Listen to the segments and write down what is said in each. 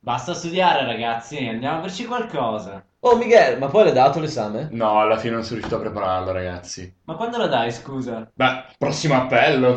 Basta studiare, ragazzi, andiamo a farci qualcosa. Oh, Miguel, ma poi l'hai dato l'esame? No, alla fine non sono riuscito a prepararlo, ragazzi. Ma quando la dai, scusa? Beh, prossimo appello.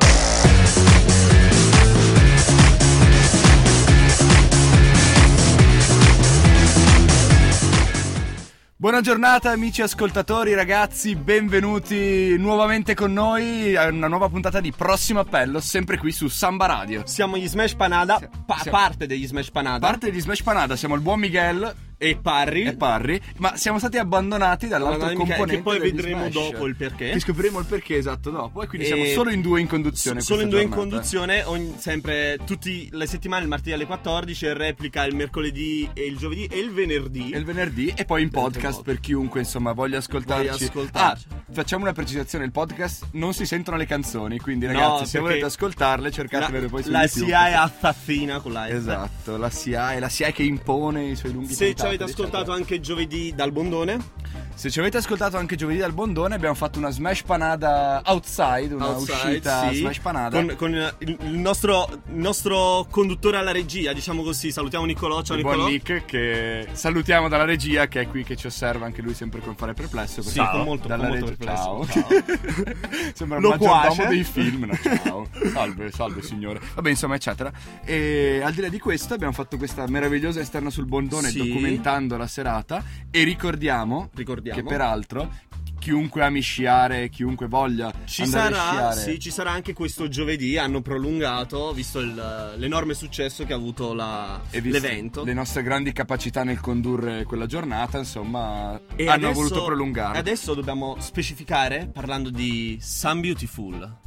Buona giornata amici ascoltatori, ragazzi, benvenuti nuovamente con noi a una nuova puntata di Prossimo Appello, sempre qui su Samba Radio. Siamo gli Smash Panada, Sì, pa- siamo- parte degli Smash A Panada. parte di Smash Panada siamo il buon Miguel e Parry. e Parri, ma siamo stati abbandonati dall'altro Abbandonati, Michele, componente che poi degli vedremo Smash. dopo il perché. Che scopriremo il perché esatto dopo e quindi E- siamo solo in due in conduzione S- Solo in questa due in giornata. conduzione, ogni- sempre tutte le settimane, il martedì alle 14, e replica il mercoledì e il giovedì e il venerdì. E il venerdì e poi in Dentro podcast il per chiunque insomma voglia ascoltarci. Voglia ascoltarci. Ah, facciamo una precisazione, il podcast non si sentono le canzoni, quindi No, ragazzi se perché volete ascoltarle cercatevele la, poi su la YouTube. CIA è assassina con la F. Esatto, la SIA è la SIA che impone i suoi lunghi Se ci puntati, avete ascoltato eccetera. anche giovedì dal Bondone, Se ci avete ascoltato anche giovedì dal Bondone abbiamo fatto una smash panada outside, una outside, uscita sì, smash panada. con, con il, il nostro, il nostro conduttore alla regia, diciamo così. Salutiamo Nicolò. Ciao il Nicolò. buon Nick che salutiamo dalla regia che è qui che ci osserva anche lui sempre con fare perplesso Sì, perché- con molto- dalla con molto regia- perplesso. ciao. sembra un Loquace. maggiordomo dei film no, ciao salve salve signore vabbè insomma eccetera e al di là di questo abbiamo fatto questa meravigliosa esterna sul bondone Sì. documentando la serata e ricordiamo Ricordiamo. che peraltro chiunque ami sciare chiunque voglia Ci andare a sarà, sciare sì, ci sarà anche questo giovedì. Hanno prolungato, visto il- l'enorme successo che ha avuto la- e visto l'evento. le nostre grandi capacità nel condurre quella giornata, insomma, E hanno adesso- voluto prolungarla. Adesso dobbiamo specificare parlando di Sun Beautiful.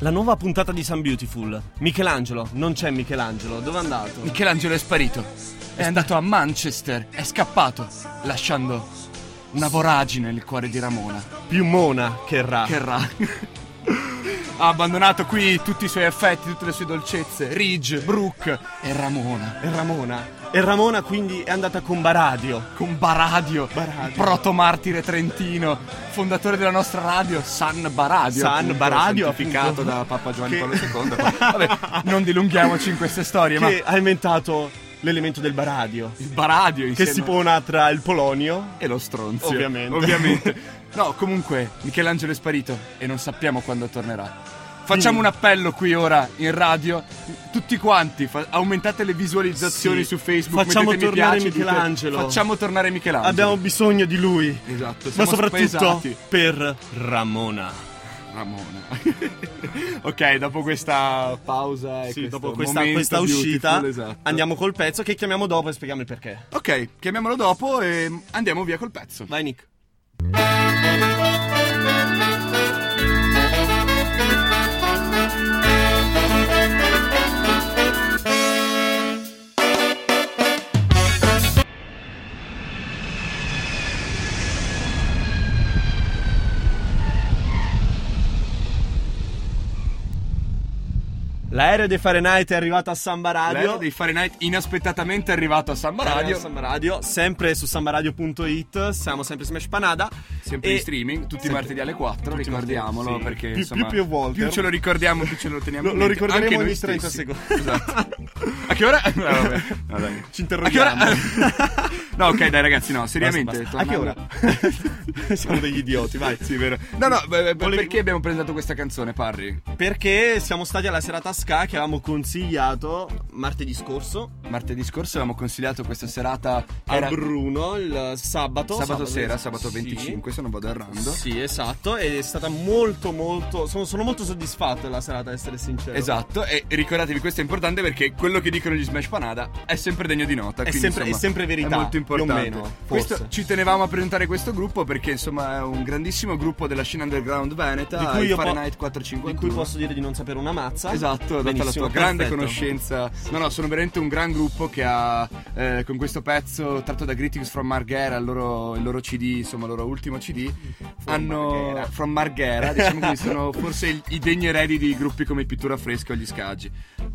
La nuova puntata di Sun Beautiful. Michelangelo, non c'è Michelangelo, dove è andato? Michelangelo è sparito. È andato a Manchester, è scappato, lasciando una voragine nel cuore di Ramona. Più Mona che Ra. Che ra. ha abbandonato qui tutti i suoi affetti, tutte le sue dolcezze. Ridge, Brooke e Ramona. E Ramona. E Ramona quindi è andata con Baradio. Con Baradio, Baradio. il proto-martire trentino, fondatore della nostra radio, San Baradio. San appunto, Baradio, santificato appunto. da Papa Giovanni Che- Paolo II. Vabbè, non dilunghiamoci in queste storie, ma Che ha inventato l'elemento del Baradio. il Baradio Che insieme si pona tra il Polonio. E lo stronzio. Ovviamente. Ovviamente. No, comunque, Michelangelo è sparito e non sappiamo quando tornerà. Facciamo Quindi- un appello qui ora in radio. Tutti quanti, fa- aumentate le visualizzazioni Sì. su Facebook. Facciamo mettete mi tornare piace, dite, Michelangelo. facciamo tornare Michelangelo. Abbiamo bisogno di lui. Esatto, Ma siamo soprattutto spaesati. per Ramona. Ramona. ok, dopo questa pausa e Sì, Eh, questo dopo questa, momento questa beautiful, uscita esatto. andiamo col pezzo che chiamiamo dopo e spieghiamo il perché. Ok, chiamiamolo dopo e andiamo via col pezzo. Vai Nick. L'aereo dei Fahrenheit è arrivato a Samba Radio. L'aereo dei Fahrenheit inaspettatamente è arrivato a Samba Radio. Radio. Samba Radio, sempre su sambaradio.it, siamo sempre su Smash Panada. Sempre E- in streaming, tutti i sempre- martedì alle 4, tutti i ricordiamolo martedì, sì. perché Più- insomma, più- più volte. ce lo ricordiamo, più ce lo teniamo Lo- in lo mente. Anche ricorderemo ogni noi 30 stessi. secondi. Esatto. A che ora? Eh, vabbè. No, dai. Ci A che ora? interroghiamo. no, ok, dai ragazzi, no, seriamente, Basta, basta. tornando- A che ora? Siamo degli idioti, vai. Sì, vero. No, no, beh, beh, Volevi- perché abbiamo presentato questa canzone, Parri? Perché siamo stati alla serata Ska che avevamo consigliato martedì scorso Martedì scorso avevamo consigliato questa serata a era Bruno il sabato. sabato, sera, sabato sì. 25, se non vado errando. Sì, esatto, ed è stata molto molto sono, sono molto soddisfatto della serata, ad essere sincero. Esatto, e ricordatevi, questo è importante perché quello che dicono gli Smash Panada è sempre degno di nota. È quindi, sempre, è insomma, sempre verità. È molto importante. Più o meno, Questo- forse. ci tenevamo a presentare questo gruppo perché insomma è un grandissimo gruppo della scena underground veneta, Di cui il io po- Fahrenheit di 451. cui posso dire di non sapere una mazza. Esatto, data la Benissimo, tua grande perfetto. conoscenza. No, no, sono veramente un gran gruppo che ha eh, con questo pezzo tratto da Greetings from Marghera, il loro, il loro CD, insomma, il loro ultimo CD. hanno Marghera. from Marghera, diciamo che sono forse il- i degni eredi di gruppi come Pittura Fresca o gli Scaggi.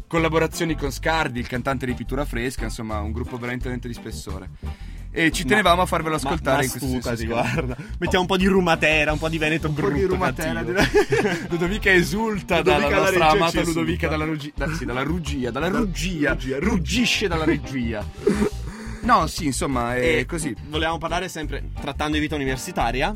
Collaborazioni con Scardi, il cantante di Pittura Fresca, insomma, un gruppo veramente veramente di spessore. E ci tenevamo a farvelo Ma- ascoltare ma in questo stucati, senso. guarda. Mettiamo un po' di rumatera, un po' di Veneto Un po' brutto. di rumatera, cattivo. direi. Ludovica esulta Ludovica dalla la nostra regia ci amata esulta. Ludovica dalla, rugi- da- sì, dalla rugia, dalla Da- rugia, rugia, ruggisce dalla regia. No, sì, insomma, è E così. Volevamo parlare sempre trattando di vita universitaria.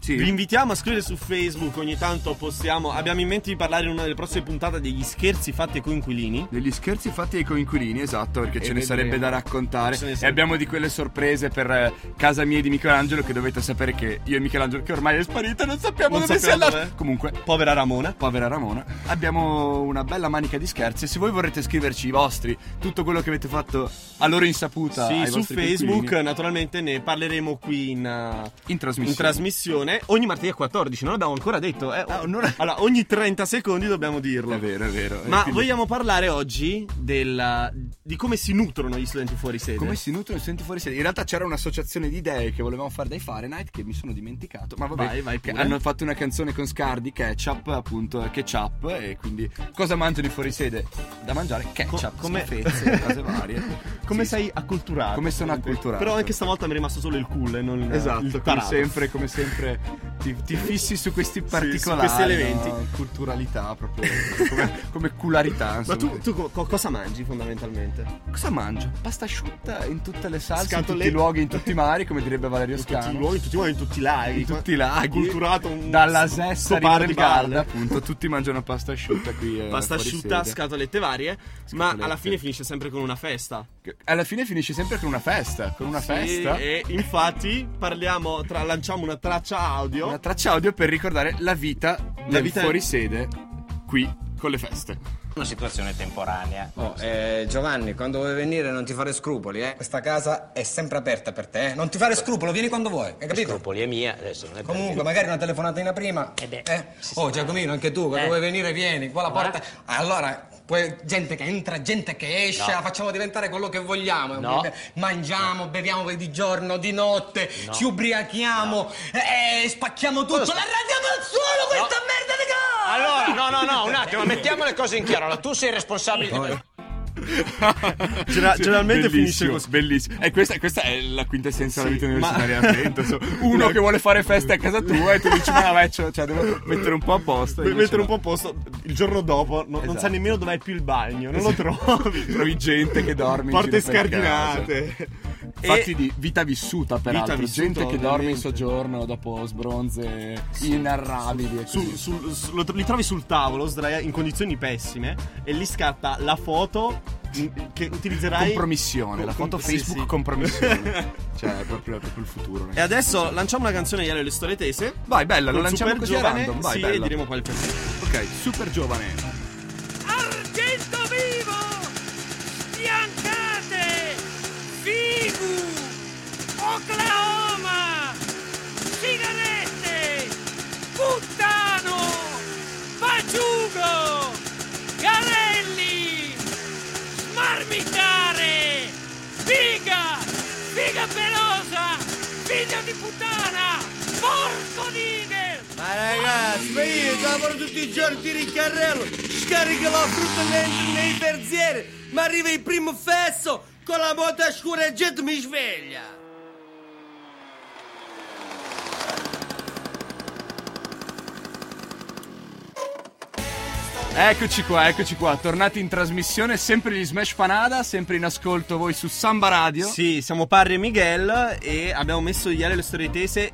Sì. Vi invitiamo a scrivere su Facebook, ogni tanto possiamo. Abbiamo in mente di parlare in una delle prossime puntate degli scherzi fatti ai coinquilini. Degli scherzi fatti ai coinquilini, esatto, perché E ce ne vedremo. sarebbe da raccontare. Eh, Ce ne E sarebbe. abbiamo di quelle sorprese per eh, casa mia e di Michelangelo che dovete sapere che io e Michelangelo, che ormai è sparito, non sappiamo Non dove sia sappiamo andato. dov'è. Comunque, Povera Ramona. povera Ramona, abbiamo una bella manica di scherzi. Se voi vorrete scriverci i vostri, tutto quello che avete fatto a loro insaputa Sì, ai su vostri Facebook coinquilini, naturalmente ne parleremo qui in, uh, in trasmissione. in trasmissione. Ogni martedì a 14, non l'abbiamo ancora detto. eh. Ah, un'ora- Allora, ogni 30 secondi dobbiamo dirlo. è vero, è vero. E Ma quindi- vogliamo parlare oggi della- di come si nutrono gli studenti fuori sede. Come si nutrono i studenti fuori sede? In realtà c'era un'associazione di idee che volevamo fare dai Fahrenheit che mi sono dimenticato. Ma vabbè, Vai, vai che pure. hanno fatto una canzone con Scardi, ketchup, appunto, ketchup. E quindi cosa mangiano i fuori sede? Da mangiare Co- ketchup, come- schifezze, cose varie. Come Sì, sei acculturato? Come sono acculturato. Però anche stavolta mi è rimasto solo il cool e non il Esatto, come tarato. sempre, come sempre ti, ti fissi su questi su particolari, questi elementi. no? culturalità proprio, come, come cularità. Ma Insomma. tu, tu co- co- cosa mangi fondamentalmente? cosa mangio? Pasta asciutta in tutte le salse, in tutti Scatolette. i luoghi, in tutti i mari, come direbbe Valerio In tutti i Scano. luoghi, in tutti i luoghi, in tutti i laghi. in tutti i laghi Acculturato un dalla s- sesta a sopar di Garda balle. appunto tutti mangiano pasta asciutta qui eh, Pasta fuori asciutta, sede. scatolette varie. Scatolette. Ma alla fine finisce sempre con una festa. alla fine finisce sempre con una festa con una Sì, festa E infatti parliamo, tra- lanciamo una traccia audio. una traccia audio per ricordare la vita del vita- fuorisede qui con le feste Una situazione temporanea. Oh, eh, Giovanni, quando vuoi venire non ti fare scrupoli, eh? Questa casa è sempre aperta per te, eh? Non ti fare scrupolo, vieni quando vuoi, hai capito? Scrupoli è mia, adesso non è per Comunque, magari una telefonatina prima. Eh beh, eh? si Oh, sa. Giacomino, anche tu, quando Eh. vuoi venire vieni, qua la porta. Allora, poi gente che entra, gente che esce, No. la facciamo diventare quello che vogliamo. No. Mangiamo, beviamo di giorno, di notte, No. ci ubriachiamo, eh, spacchiamo tutto. La radio al suolo, questa merda di casa! Allora, no, no, no, un attimo, mettiamo le cose in chiaro. Allora, tu sei responsabile. Gener- generalmente finisce Bellissimo, così. bellissimo e questa, questa è la quintessenza della Sì, vita ma- universitaria attento, so, uno che vuole fare festa a casa tua e tu dici ma vabbè cioè, cioè, devo mettere un po' a posto Per invece mettere un no. po' a posto il giorno dopo, no- non Esatto. sa nemmeno dov'è più il bagno, non lo trovi. Trovi gente che dorme in Porte giro per scardinate. E- Fatti di vita vissuta, peraltro. vissuta, gente che dorme in ovviamente. soggiorno dopo sbronze inarrabili. e su- così. sul- su- lo tro- li trovi sul tavolo sdraia- in condizioni pessime e lì scatta la foto in- che utilizzerai Compromissione, la Com- foto sì, Facebook sì. compromissione. cioè, è proprio, è proprio il futuro. e ragazzi. adesso lanciamo una canzone ieri alle storie tese Vai, bella, la Con lanciamo Super così a Giovane, random. Vai, sì, e bella. diremo qual è il perché. Ok, super giovane. Argento vivo! Biancate! Figu! Oklahoma! Sigarette! Puttano! Paciugo! Garelli! Smarmicare! Figa! Figa pelosa! Figlio di puttana! Porco nigger! Ma ragazzi, ma io lavoro tutti i giorni, tiro il carrello, scarico la frutta dentro nei verzieri, ma arriva il primo fesso, con la moto a scureggetto mi sveglia. Eccoci qua, eccoci qua. Tornati in trasmissione, sempre gli Smash Panada, sempre in ascolto voi su Samba Radio. Sì, siamo Parri e Miguel e abbiamo messo ieri le storie tese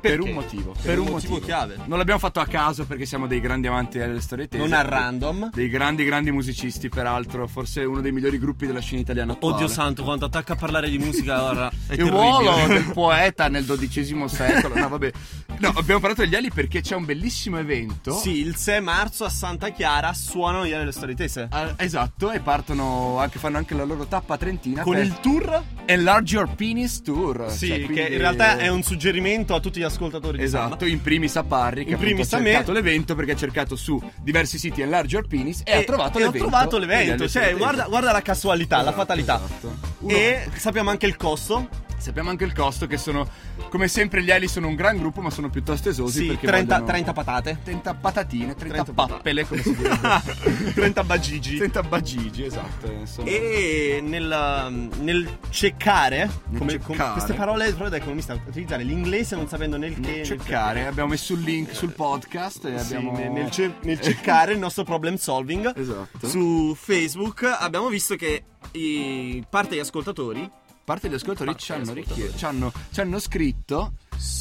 Per un motivo, per, un motivo chiave. Non l'abbiamo fatto a caso perché siamo dei grandi amanti delle storie tese. non a random. Dei grandi, grandi musicisti, peraltro. Forse uno dei migliori gruppi della scena italiana. Attuale. Oddio santo, quando attacca a parlare di musica ora è Il ruolo del poeta nel XII secolo. No, vabbè. No, abbiamo parlato degli ali perché c'è un bellissimo evento. Sì, il 6 marzo a Santa Chiara suonano ieri le storie tese. Ah, esatto, e partono anche, fanno anche la loro tappa trentina Con per il tour? Enlarge Your Penis Tour. Sì, Cioè, che quindi- in realtà è un suggerimento a tutti gli ascoltatori di Esatto, in primis a Parri che In appunto primis ha a me. cercato l'evento perché ha cercato su diversi siti Enlarge Your Penis e, E ha trovato e ho l'evento. trovato degli l'evento. Ali Cioè, Sortesi. guarda, guarda la casualità, la Esatto, fatalità. esatto. Uno- E sappiamo anche il costo. Sappiamo anche il costo che sono, come sempre gli ali sono un gran gruppo ma sono piuttosto esosi Sì, perché 30, vogliono- 30 patate. 30 patatine, 30, 30 pappele come si direbbe. 30 bagigi. 30 bagigi, esatto. insomma. E nella- nel ceccare, Nel come, com- ceccare. queste parole proprio da economista utilizzare l'inglese non sapendo nel che Nel nel cercare, abbiamo messo il link sul podcast e Sì, abbiamo... nel, nel ce- nel cercare il nostro problem solving Esatto. su Facebook abbiamo visto che i- parte degli ascoltatori parte gli ascoltatori Parte ci hanno, gli richie- ci hanno- ci hanno scritto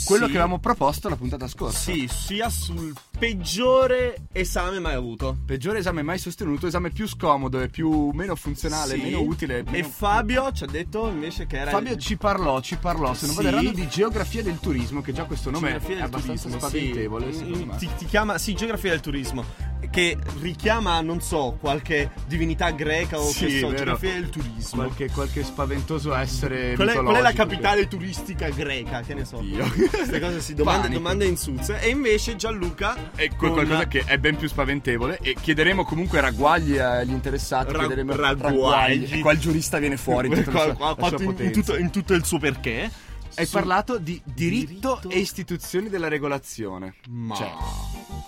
quello Sì. che avevamo proposto la puntata scorsa. sì, sia sul peggiore esame mai avuto. Peggiore esame mai sostenuto, esame più scomodo e più meno funzionale, Sì. meno utile. E meno- Fabio ci ha detto invece che era Fabio ci parlò, ci parlò, se non Sì. vado errando, di geografia del turismo, che già questo nome è abbastanza spaventevole, sì. Mm, secondo me. Ti, ti chiama, sì, geografia del turismo, che richiama, non so, qualche divinità greca o Sì, che so, vero. geografia del turismo. Qualche, qualche spaventoso essere Qual è, qual è la mitologico capitale turistica greca? Che ne so. Oddio. Queste cose si domande, Panico. domande insulse. E invece Gianluca che- Ecco con qualcosa che è ben più spaventevole e chiederemo comunque ragguagli agli interessati. Ra- chiederemo ragguagli. E qua il giurista viene fuori in tutta la Qua- sua- qua- la ha sua fatto in, in potenza. tutto, in tutto il suo perché. Hai Su- parlato di diritto, diritto- e istituzioni della regolazione. Ma- Cioè,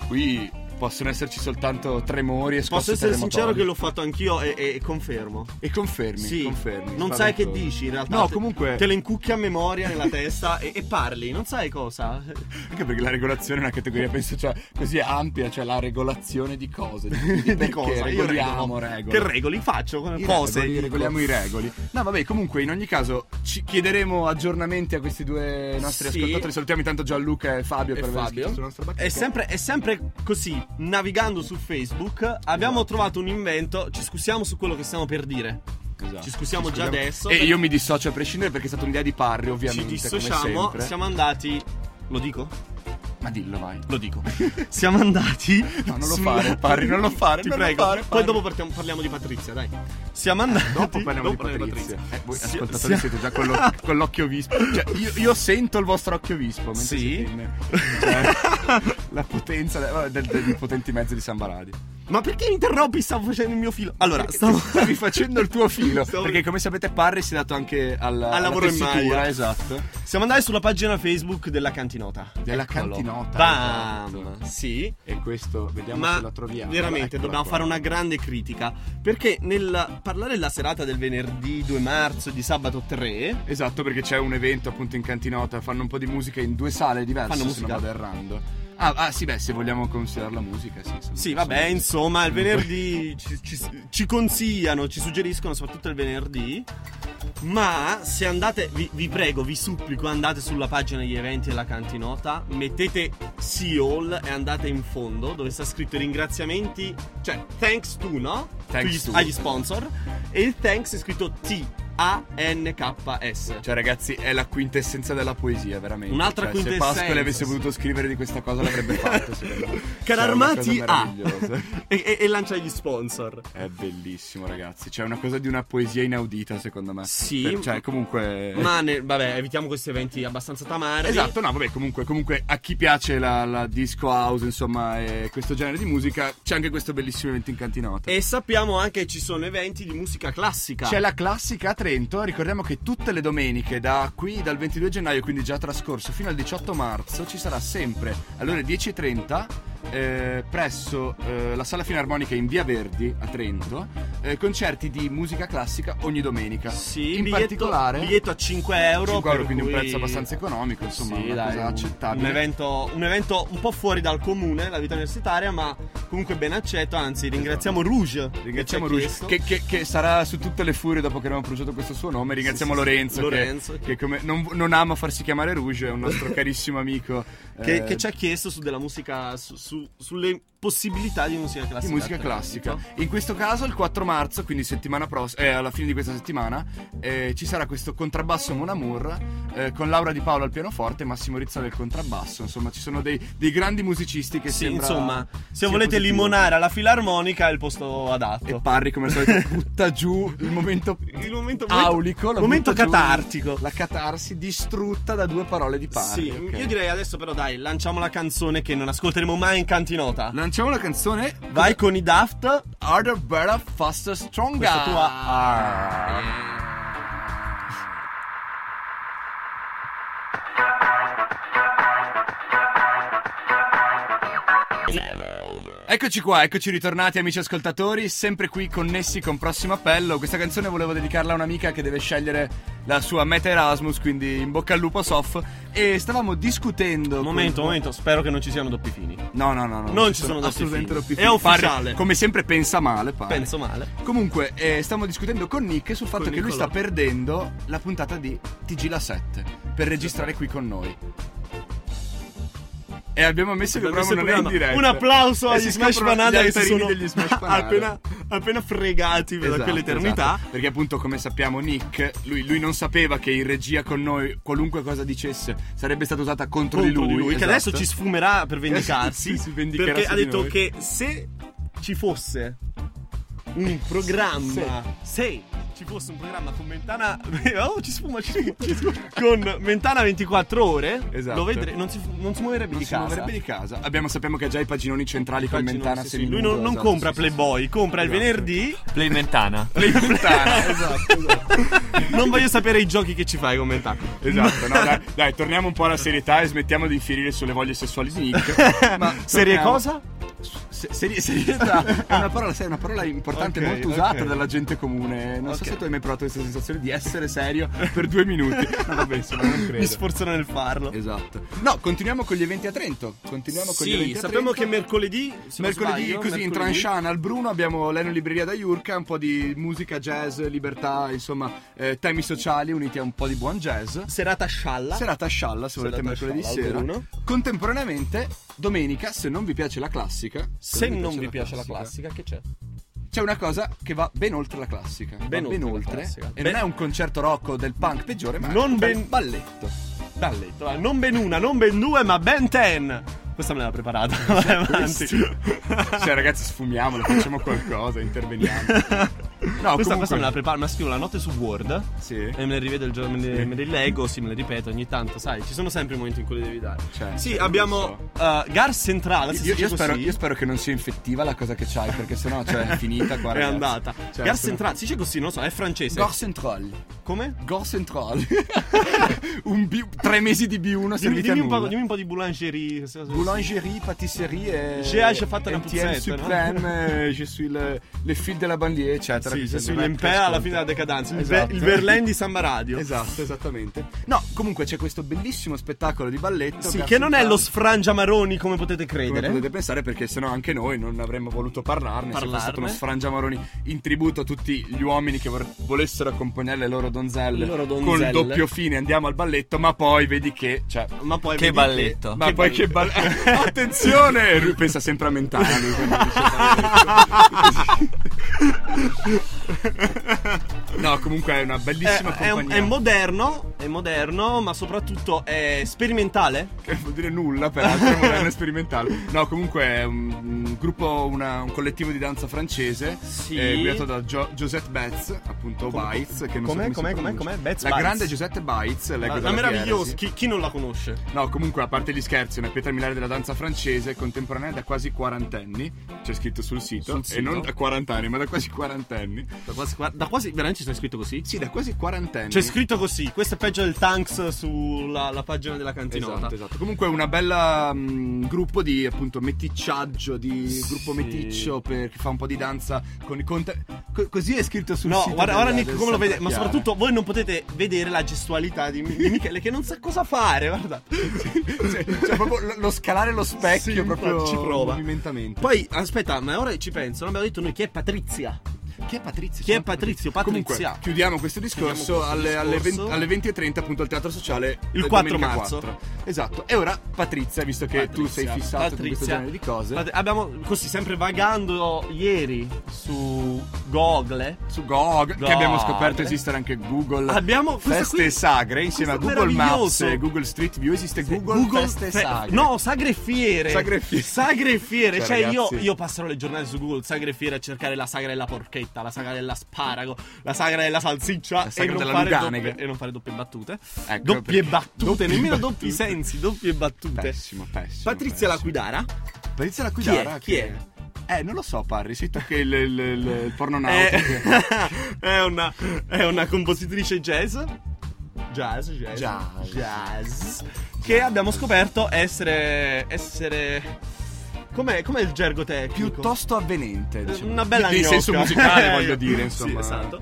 qui possono esserci soltanto tremori e scosse Posso essere terremotori. sincero che l'ho fatto anch'io e- e- e confermo. E confermi, Sì, confermi. non sai che spaventoso. dici in realtà. No, Te- comunque... Te lo incucchi a memoria nella testa e, e parli, non sai cosa. Anche perché la regolazione è una categoria, penso, cioè, così ampia, cioè la regolazione di cose. Di, di perché Io regoliamo regolo. regole. Che regoli faccio? Come I cose. regoli, dico. regoliamo i regoli. No, vabbè, comunque, in ogni caso, ci chiederemo aggiornamenti a questi due nostri Sì. ascoltatori. Salutiamo intanto Gianluca e Fabio E per aver scritto Fabio. sulla nostra bacheca. È sempre, è sempre così, navigando su Facebook, abbiamo trovato un invento. Ci scusiamo su quello che stiamo per dire. Esatto. Ci scusiamo già adesso. E perché io mi dissocio a prescindere perché è stata un'idea di Parri, Ci ovviamente. come dissociamo. sempre. Siamo andati. Lo dico? Ma dillo, vai. Lo dico. siamo andati. No, non lo sul- fare, Parri, non lo fare, Ti non lo prego. fare, Poi Parri. dopo partiamo- parliamo di Patrizia, dai. Siamo andati. Dopo parliamo di parliamo Patrizia. Eh, voi Si- ascoltatori si- siete già con, lo- con l'occhio vispo. Cioè, io, io sento il vostro occhio vispo. Mentre Sì. siete in me. Cioè, la potenza de- del- dei potenti mezzi di San Baradi. Ma perché interrompi? Stavo facendo il mio filo. Allora, stavo. Stavi facendo il tuo filo. Stavo- Perché, come sapete, Parri si è dato anche al alla lavoro in tessitura, maglia. Esatto. Siamo andati sulla pagina Facebook della cantinota. Della Eccolo. cantinota. Bam! esatto. Sì. E questo, vediamo Ma se la troviamo. veramente Eccola dobbiamo qua. fare una grande critica perché nel parlare della serata del venerdì 2 marzo e di sabato 3 Esatto, perché c'è un evento appunto in cantinota, fanno un po' di musica in due sale diverse, Fanno se non musica. vado errando. Ah, ah, sì, beh, se vogliamo considerarla musica, sì. sono- sì vabbè sono- insomma il venerdì ci, ci- ci consigliano ci suggeriscono soprattutto il venerdì ma se andate vi, vi prego vi supplico andate sulla pagina degli eventi della cantinota mettete Seoul e andate in fondo dove sta scritto ringraziamenti cioè thanks to no? Thanks Agli- to. agli sponsor e il thanks è scritto T A N K S Cioè, ragazzi, è la quintessenza della poesia, veramente. Un'altra Cioè, quintessenza. Se Pasquale avesse potuto scrivere di questa cosa, l'avrebbe fatto, secondo me. Cara Cioè, è una armati ah. cosa A meravigliosa. e, e- e lancia gli sponsor. È bellissimo, ragazzi. C'è una cosa di una poesia inaudita, secondo me. Sì. Per- cioè, comunque. Ma ne- vabbè, evitiamo questi eventi abbastanza tamarri. Esatto, no, vabbè, comunque, comunque a chi piace la, la disco house, insomma, e questo genere di musica, c'è anche questo bellissimo evento in cantinota. E sappiamo anche che ci sono eventi di musica classica. C'è la classica a Trento, ricordiamo che tutte le domeniche da qui dal 22 gennaio, quindi già trascorso, fino al 18 marzo ci sarà sempre alle ore 10.30 eh, presso eh, la Sala Filarmonica in Via Verdi a Trento eh, concerti di musica classica ogni domenica. sì, in biglietto, particolare biglietto a 5 euro. 5 euro, per quindi un cui- prezzo abbastanza economico, insomma, Sì, una dai, cosa un- accettabile. Un evento, un evento un po' fuori dal comune, la vita universitaria, ma comunque ben accetto. Anzi, ringraziamo Rouge. che Esatto. Ringraziamo ci ha Rouge, chiesto. che, che- che sarà su tutte le furie dopo che abbiamo pronunciato questo suo nome. Ringraziamo Sì, sì, sì. Lorenzo, che- Lorenzo, che, che- come- non, non ama farsi chiamare Rouge, è un nostro carissimo amico. Che, eh, che ci ha chiesto su della musica, su- su- sulle possibilità di musica classica. di musica a Trento. classica. In questo caso, il 4 marzo, quindi settimana prossima, alla fine di questa settimana, eh, ci sarà questo contrabbasso Mon Amour eh, con Laura Di Paolo al pianoforte e Massimo Rizzoli al contrabbasso. Insomma, ci sono dei, dei grandi musicisti che Sì, sembra insomma, se sia volete positivo. limonare alla filarmonica è il posto E adatto. Parri, come al solito, butta giù il momento Il momento aulico, la momento butta giù. catartico. la catarsi distrutta da due parole di Parri. Sì, ok. io direi adesso però dai, lanciamo la canzone che non ascolteremo mai in cantinota. Lanciamo la canzone Vai con i Daft. Harder, Better, Faster, Stronger. Questa tua Arr. Eccoci qua, eccoci ritornati amici ascoltatori, sempre qui connessi con Prossimo Appello. Questa canzone volevo dedicarla a un'amica che deve scegliere la sua meta Erasmus, quindi in bocca al lupo Sof. E stavamo discutendo... Momento, con- momento, spero che non ci siano doppi fini. No, no, no, no. Non ci sono doppi assolutamente fini. doppi È fini. Pare- ufficiale. come sempre pensa male, pare. Penso male. Comunque, eh, stiamo discutendo con Nick sul fatto Con che lui Nicolò. sta perdendo la puntata di TG La 7 per registrare qui con noi. E abbiamo messo che il Questo programma non è in programma. diretta. Un applauso E agli si Smash scoprono gli Banana che si altarini sono degli Smash Banana. appena, appena fregati da Esatto, quell'eternità. esatto. Perché appunto, come sappiamo, Nick, lui, lui non sapeva che in regia con noi qualunque cosa dicesse sarebbe stata usata contro, contro di lui, che esatto. adesso ci sfumerà per vendicarsi. Sì, si vendicherà perché su ha di detto noi. che se ci fosse un programma, se, ci fosse un programma con Mentana, oh, ci sfuma, ci sfuma, ci sfuma. con Mentana 24 ore, Esatto. lo vedre- non, si, non si muoverebbe Non di si casa. muoverebbe di casa. Abbiamo, sappiamo che ha già i paginoni centrali con Immagino, Mentana sì, sì. seminudo, Lui non, non esatto, compra sì, sì, sì. Playboy, compra il Esatto. venerdì. Playmentana. Mentana, esatto, esatto. Non voglio sapere i giochi che ci fai con Mentana. Esatto, no, dai, dai, torniamo un po' alla serietà e smettiamo di infierire sulle voglie sessuali di Nick. Ma Serie torniamo- cosa? Se- seri- serietà è una parola, sai, è una parola importante, Ok, molto usata ok. dalla gente comune. Non so Ok. se tu hai mai provato questa sensazione di essere serio per due minuti. No, vabbè, insomma, non credo. Mi sforzerò nel farlo. Esatto. No, continuiamo con gli eventi a Trento. Continuiamo con gli Sì, eventi a sappiamo che Trento. mercoledì, se non Mercoledì sbaglio, così in mercoledì- Tranchana al Bruno abbiamo l'Eno Libreria da Iurca, un po' di musica, jazz, libertà, insomma eh, temi sociali uniti a un po' di buon jazz. serata scialla. Serata a scialla se volete Serata a mercoledì scialla, sera. Bruno. Contemporaneamente, domenica, se non vi piace la classica, se non vi piace la classica, che c'è? c'è una cosa che va ben oltre la classica. Va Ben Ben, oltre la oltre. classica. E Ben- non è un concerto rock o del punk peggiore, ma Non è un bel ben- balletto. Balletto, va, non ben una, non ben due, ma ben ten. Questa me l'ha preparata. Vai avanti. Questi- cioè, ragazzi, sfumiamolo, facciamo qualcosa, interveniamo. No, questa, comunque- questa me la preparo, me la scrivo la notte su Word Sì. e me le rivedo il giorno, me, le- me le leggo, sì, me le ripeto ogni tanto, sai, ci sono sempre i momenti in cui le devi dare. Cioè, sì, cioè, non abbiamo uh, Gar Centrale, Io, se si io dice spero, così, io spero che non sia infettiva la cosa che c'hai, perché sennò cioè, è finita qua. è ragazzi. andata. Cioè, Gar sono- Centrale, si dice così, non lo so, è francese. Gore Central. Come? Gore Central. Un B- tre mesi di B1 Dimmi, serviti dimmi a un po', nulla. dimmi un po' di boulangerie. se- se- se- Boulangerie, pâtisserie e... J'ai anche fatto una MTM puzzetta, no? Supreme, eh, je suis le, le fil de la banlieue, eccetera. Sì, Mi sembra se sui che Lempea ascolti. alla fine della decadenza. Il, Esatto. Be- il Berlin di Samba Radio. Esatto, esattamente. No, comunque c'è questo bellissimo spettacolo di balletto. Sì, Gar che non è Central. lo sfrangiamaroni come potete come credere. potete pensare perché sennò anche noi non avremmo voluto parlarne, se Parlarne. fosse stato uno sfrangiamaroni in tributo a tutti gli uomini che vor- volessero accompagnare le loro donzelle, Le loro con donzelle. il doppio fine andiamo al balletto ma poi vedi che cioè, Ma poi Che vedi balletto. ma poi che balletto attenzione lui pensa sempre a mentale lui, quando dice balletto. no comunque è una È, bellissima Eh, è, un- compagnia è moderno, è moderno, ma soprattutto è sperimentale. che vuol dire nulla peraltro, è moderno e sperimentale. No, comunque è un, un gruppo, una- un collettivo di danza francese Sì. eh, guidato da Jo- Josette Betz, appunto Come- Bites, che non so come com'è, si com'è, com'è, pronuncia. com'è? Betz, La Bites. grande Josette Bites, leggo La, dalla meravigliosa, Fiera, sì. chi, chi non la conosce? No, comunque a parte gli scherzi, è una pietra miliare della danza francese contemporanea da quasi quarantenni, c'è scritto sul sito, Sul e sito. non da quarantenni, ma da quasi quarantenni. Da quasi, da quasi veramente c'è scritto così? Sì, da quasi quarantenni. C'è scritto così, questo è peggio del Tanks sulla la pagina della cantinota. Esatto, esatto. Comunque una bella mh, gruppo di appunto meticciaggio, di gruppo Sì. meticcio per- che fa un po' di danza con i conte- co- così è scritto sul No, sito. guarda, del- guarda Nick del come lo vede, ma Santa soprattutto voi non potete vedere la gestualità di, di Michele che non sa cosa fare, guarda. Chiara. cioè, cioè, proprio lo, lo scalare lo specchio Sì, proprio ci prova. movimentamente. Poi aspetta, ma ora ci penso, non abbiamo detto noi chi è Patrizia. chi è Patrizia? Chi è Patrizio? Patrizia. Comunque, chiudiamo questo discorso, Chiudiamo questo alle, alle discorso. 20 alle 20.30 appunto al Teatro Sociale Il eh, 4 domenica marzo. 4. Esatto. E ora Patrizia, visto che tu sei Patrizia, fissato con questo Patrizia. genere di cose, Pat- abbiamo così sempre vagando ieri su Google. su Gog, Gog. che abbiamo scoperto esistere anche Google Abbiamo questa Feste qui- e Sagre insieme a questo Google Maps meraviglioso. e Google Street View esiste Google, Feste e Fe- Sagre No, Sagre e Fiere. Sagre e Fiere. Sagre e Fiere. Cioè, Cioè, io, ragazzi. io passerò le giornate su Google Sagre e Fiere a cercare la sagra della porchetta, la sagra dell'asparago, la sagra della salsiccia La sagra e, non della fare luganega. doppie, e non fare doppie battute. Ecco, doppie perché- battute, doppie nemmeno battute. doppi sensi, doppie battute. Pessimo, pessimo Patrizia la pessimo. Guidara. Patrizia la Chi è? Guidara Chi è? Eh, non lo so, Parri, sei tu che il, il, il, il Eh. pornonauta È, che- è una, è una compositrice jazz. Jazz, jazz, Jazz. jazz, Che abbiamo scoperto essere. essere. Com'è, com'è il gergo tecnico? Piuttosto avvenente, diciamo. Una bella In gnocca. senso musicale, Eh, voglio dire, sì, insomma. esatto.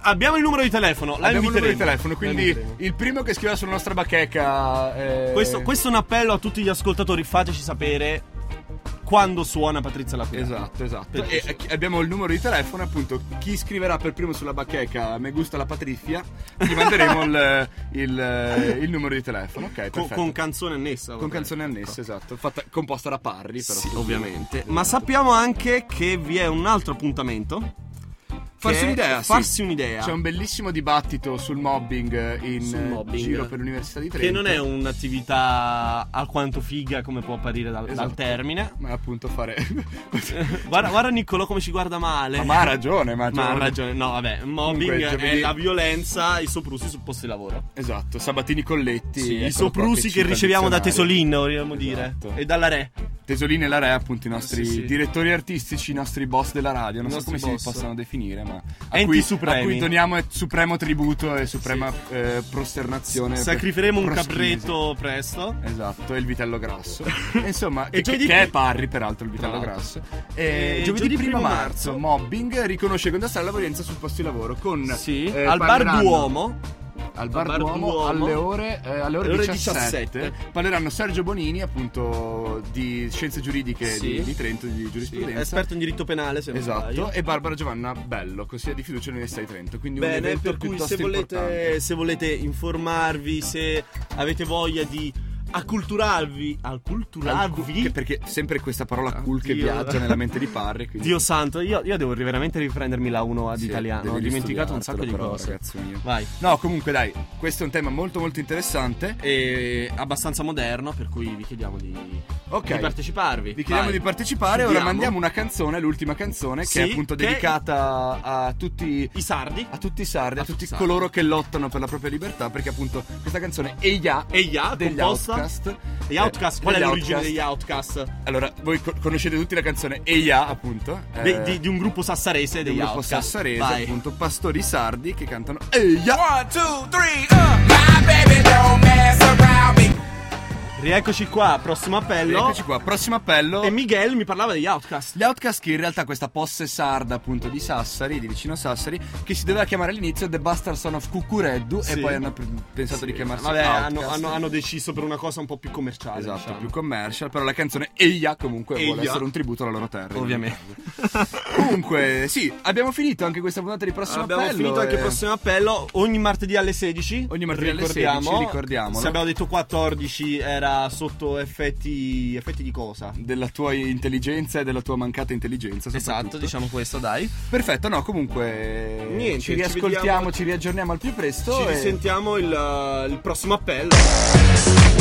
Abbiamo il numero di telefono, la Abbiamo il numero di inviteremo. telefono, La quindi inviteremo. il primo che scriverà sulla nostra bacheca. eh, Questo, questo è un appello a tutti gli ascoltatori, fateci sapere quando suona Patrizia Lapina. Esatto, esatto. Perché E sì. chi- abbiamo il numero di telefono, appunto. Chi scriverà per primo sulla bacheca Me gusta la Patriffia, gli manderemo il, eh, il- il numero di telefono. Ok, Co- perfetto. con canzone annessa. Con vabbè. canzone annessa, esatto. Fatta- composta da Parri, però. Esatto. Sì, ovviamente. Ma sappiamo anche che vi è un altro appuntamento. Farsi che è un'idea, sì. Farsi un'idea. C'è un bellissimo dibattito sul mobbing eh, in Sul eh, mobbing. giro per l'Università di Trento. Che non è un'attività alquanto figa come può apparire dal, dal Esatto. termine. Ma appunto fare. Guarda, guarda Niccolò come ci guarda male. Ma- ma ha ragione, ma, Ma ha ragione. No, vabbè, mobbing Comunque, è giovedì- la violenza, i soprusi sul posto di lavoro. Esatto, Sabatini Colletti. ecco, Sì, eccolo i soprusi qua, che ci riceviamo da tradizionali. Tesolin, vogliamo dire. Esatto. E dalla Re. Tesolini e la Re, appunto, i nostri Sì, sì. direttori artistici, i nostri boss della radio. Non I so nostri come boss. si possano definire, ma. A Enti cui, supremi. a cui doniamo eh, supremo tributo e suprema eh, prosternazione. Sacrificheremo un per- proschinesi. capretto presto. Esatto, e il vitello grasso. E Insomma, E e giovedì- che è Parri, peraltro, il vitello Tra grasso. E E giovedì, giovedì 1 primo marzo, marzo, Mobbing riconosce e contrasta la violenza sul posto di lavoro con Sì. eh, Al bar parleranno- Duomo. al bar, Al Bar Duomo, Duomo. alle ore, eh, alle ore Alle ore 17, 17. parleranno Sergio Bonini appunto di scienze giuridiche Sì. di, di Trento di giurisprudenza Esperto in diritto penale, se non sbaglio. esatto e Barbara Giovanna Bello consigliere di fiducia all'Università di Trento quindi un Bene, evento per cui piuttosto se volete, importante. se volete informarvi, se avete voglia di acculturarvi, acculturarvi, Che- perché sempre questa parola Oddio. cool che viaggia nella mente di Parri quindi Dio santo, io, io devo veramente riprendermi la 1 ad sì, italiano, devi ho dimenticato studiartelo un sacco di però, cose. ragazzo mio. Vai. no comunque dai questo è un tema molto molto interessante È abbastanza moderno, per cui vi chiediamo di, Ok. di parteciparvi. Vi chiediamo Vai. di partecipare, ora Chiudiamo. mandiamo una canzone, l'ultima canzone, che Sì, è appunto che- dedicata a tutti, i sardi a tutti i sardi, a, A tutti tutti i sardi. coloro che lottano per la propria libertà, perché appunto questa canzone è Ya e gli ha degli composta Outcast. Gli Outcast, qual è l'origine degli Outcast? Allora, voi co- conoscete tutti la canzone E Ya, appunto, eh, De- di, di un gruppo sassarese del degli gruppo Outcast. sassarese, Vai. appunto, pastori sardi che cantano E Ya. Rieccoci qua, prossimo appello. Eccoci qua, prossimo appello. E Miguel mi parlava degli Outcast. Gli Outcast che in realtà questa posse sarda appunto di Sassari, di vicino Sassari, che si doveva chiamare all'inizio The Bastard Son of Cucureddu Sì. e poi hanno pr- pensato di chiamarsi Vabbè, Outcast. hanno, hanno- hanno deciso per una cosa un po' più commerciale. Esatto, diciamo. più commercial, però la canzone Eia comunque vuole Eia. essere un tributo alla loro terra. Ovviamente. Comunque, sì, abbiamo finito anche questa puntata di prossimo Abbiamo appello. finito anche il eh, prossimo appello. Ogni martedì alle 16. Ogni martedì alle 16, ricordiamolo. Se abbiamo detto 14 era sotto effetti. effetti di cosa? della tua intelligenza e della tua mancata intelligenza. Esatto, soprattutto. diciamo questo, dai. Perfetto, no, comunque Niente, ci ci riascoltiamo, vediamo- ci riaggiorniamo al più presto Ci e risentiamo il, il prossimo appello.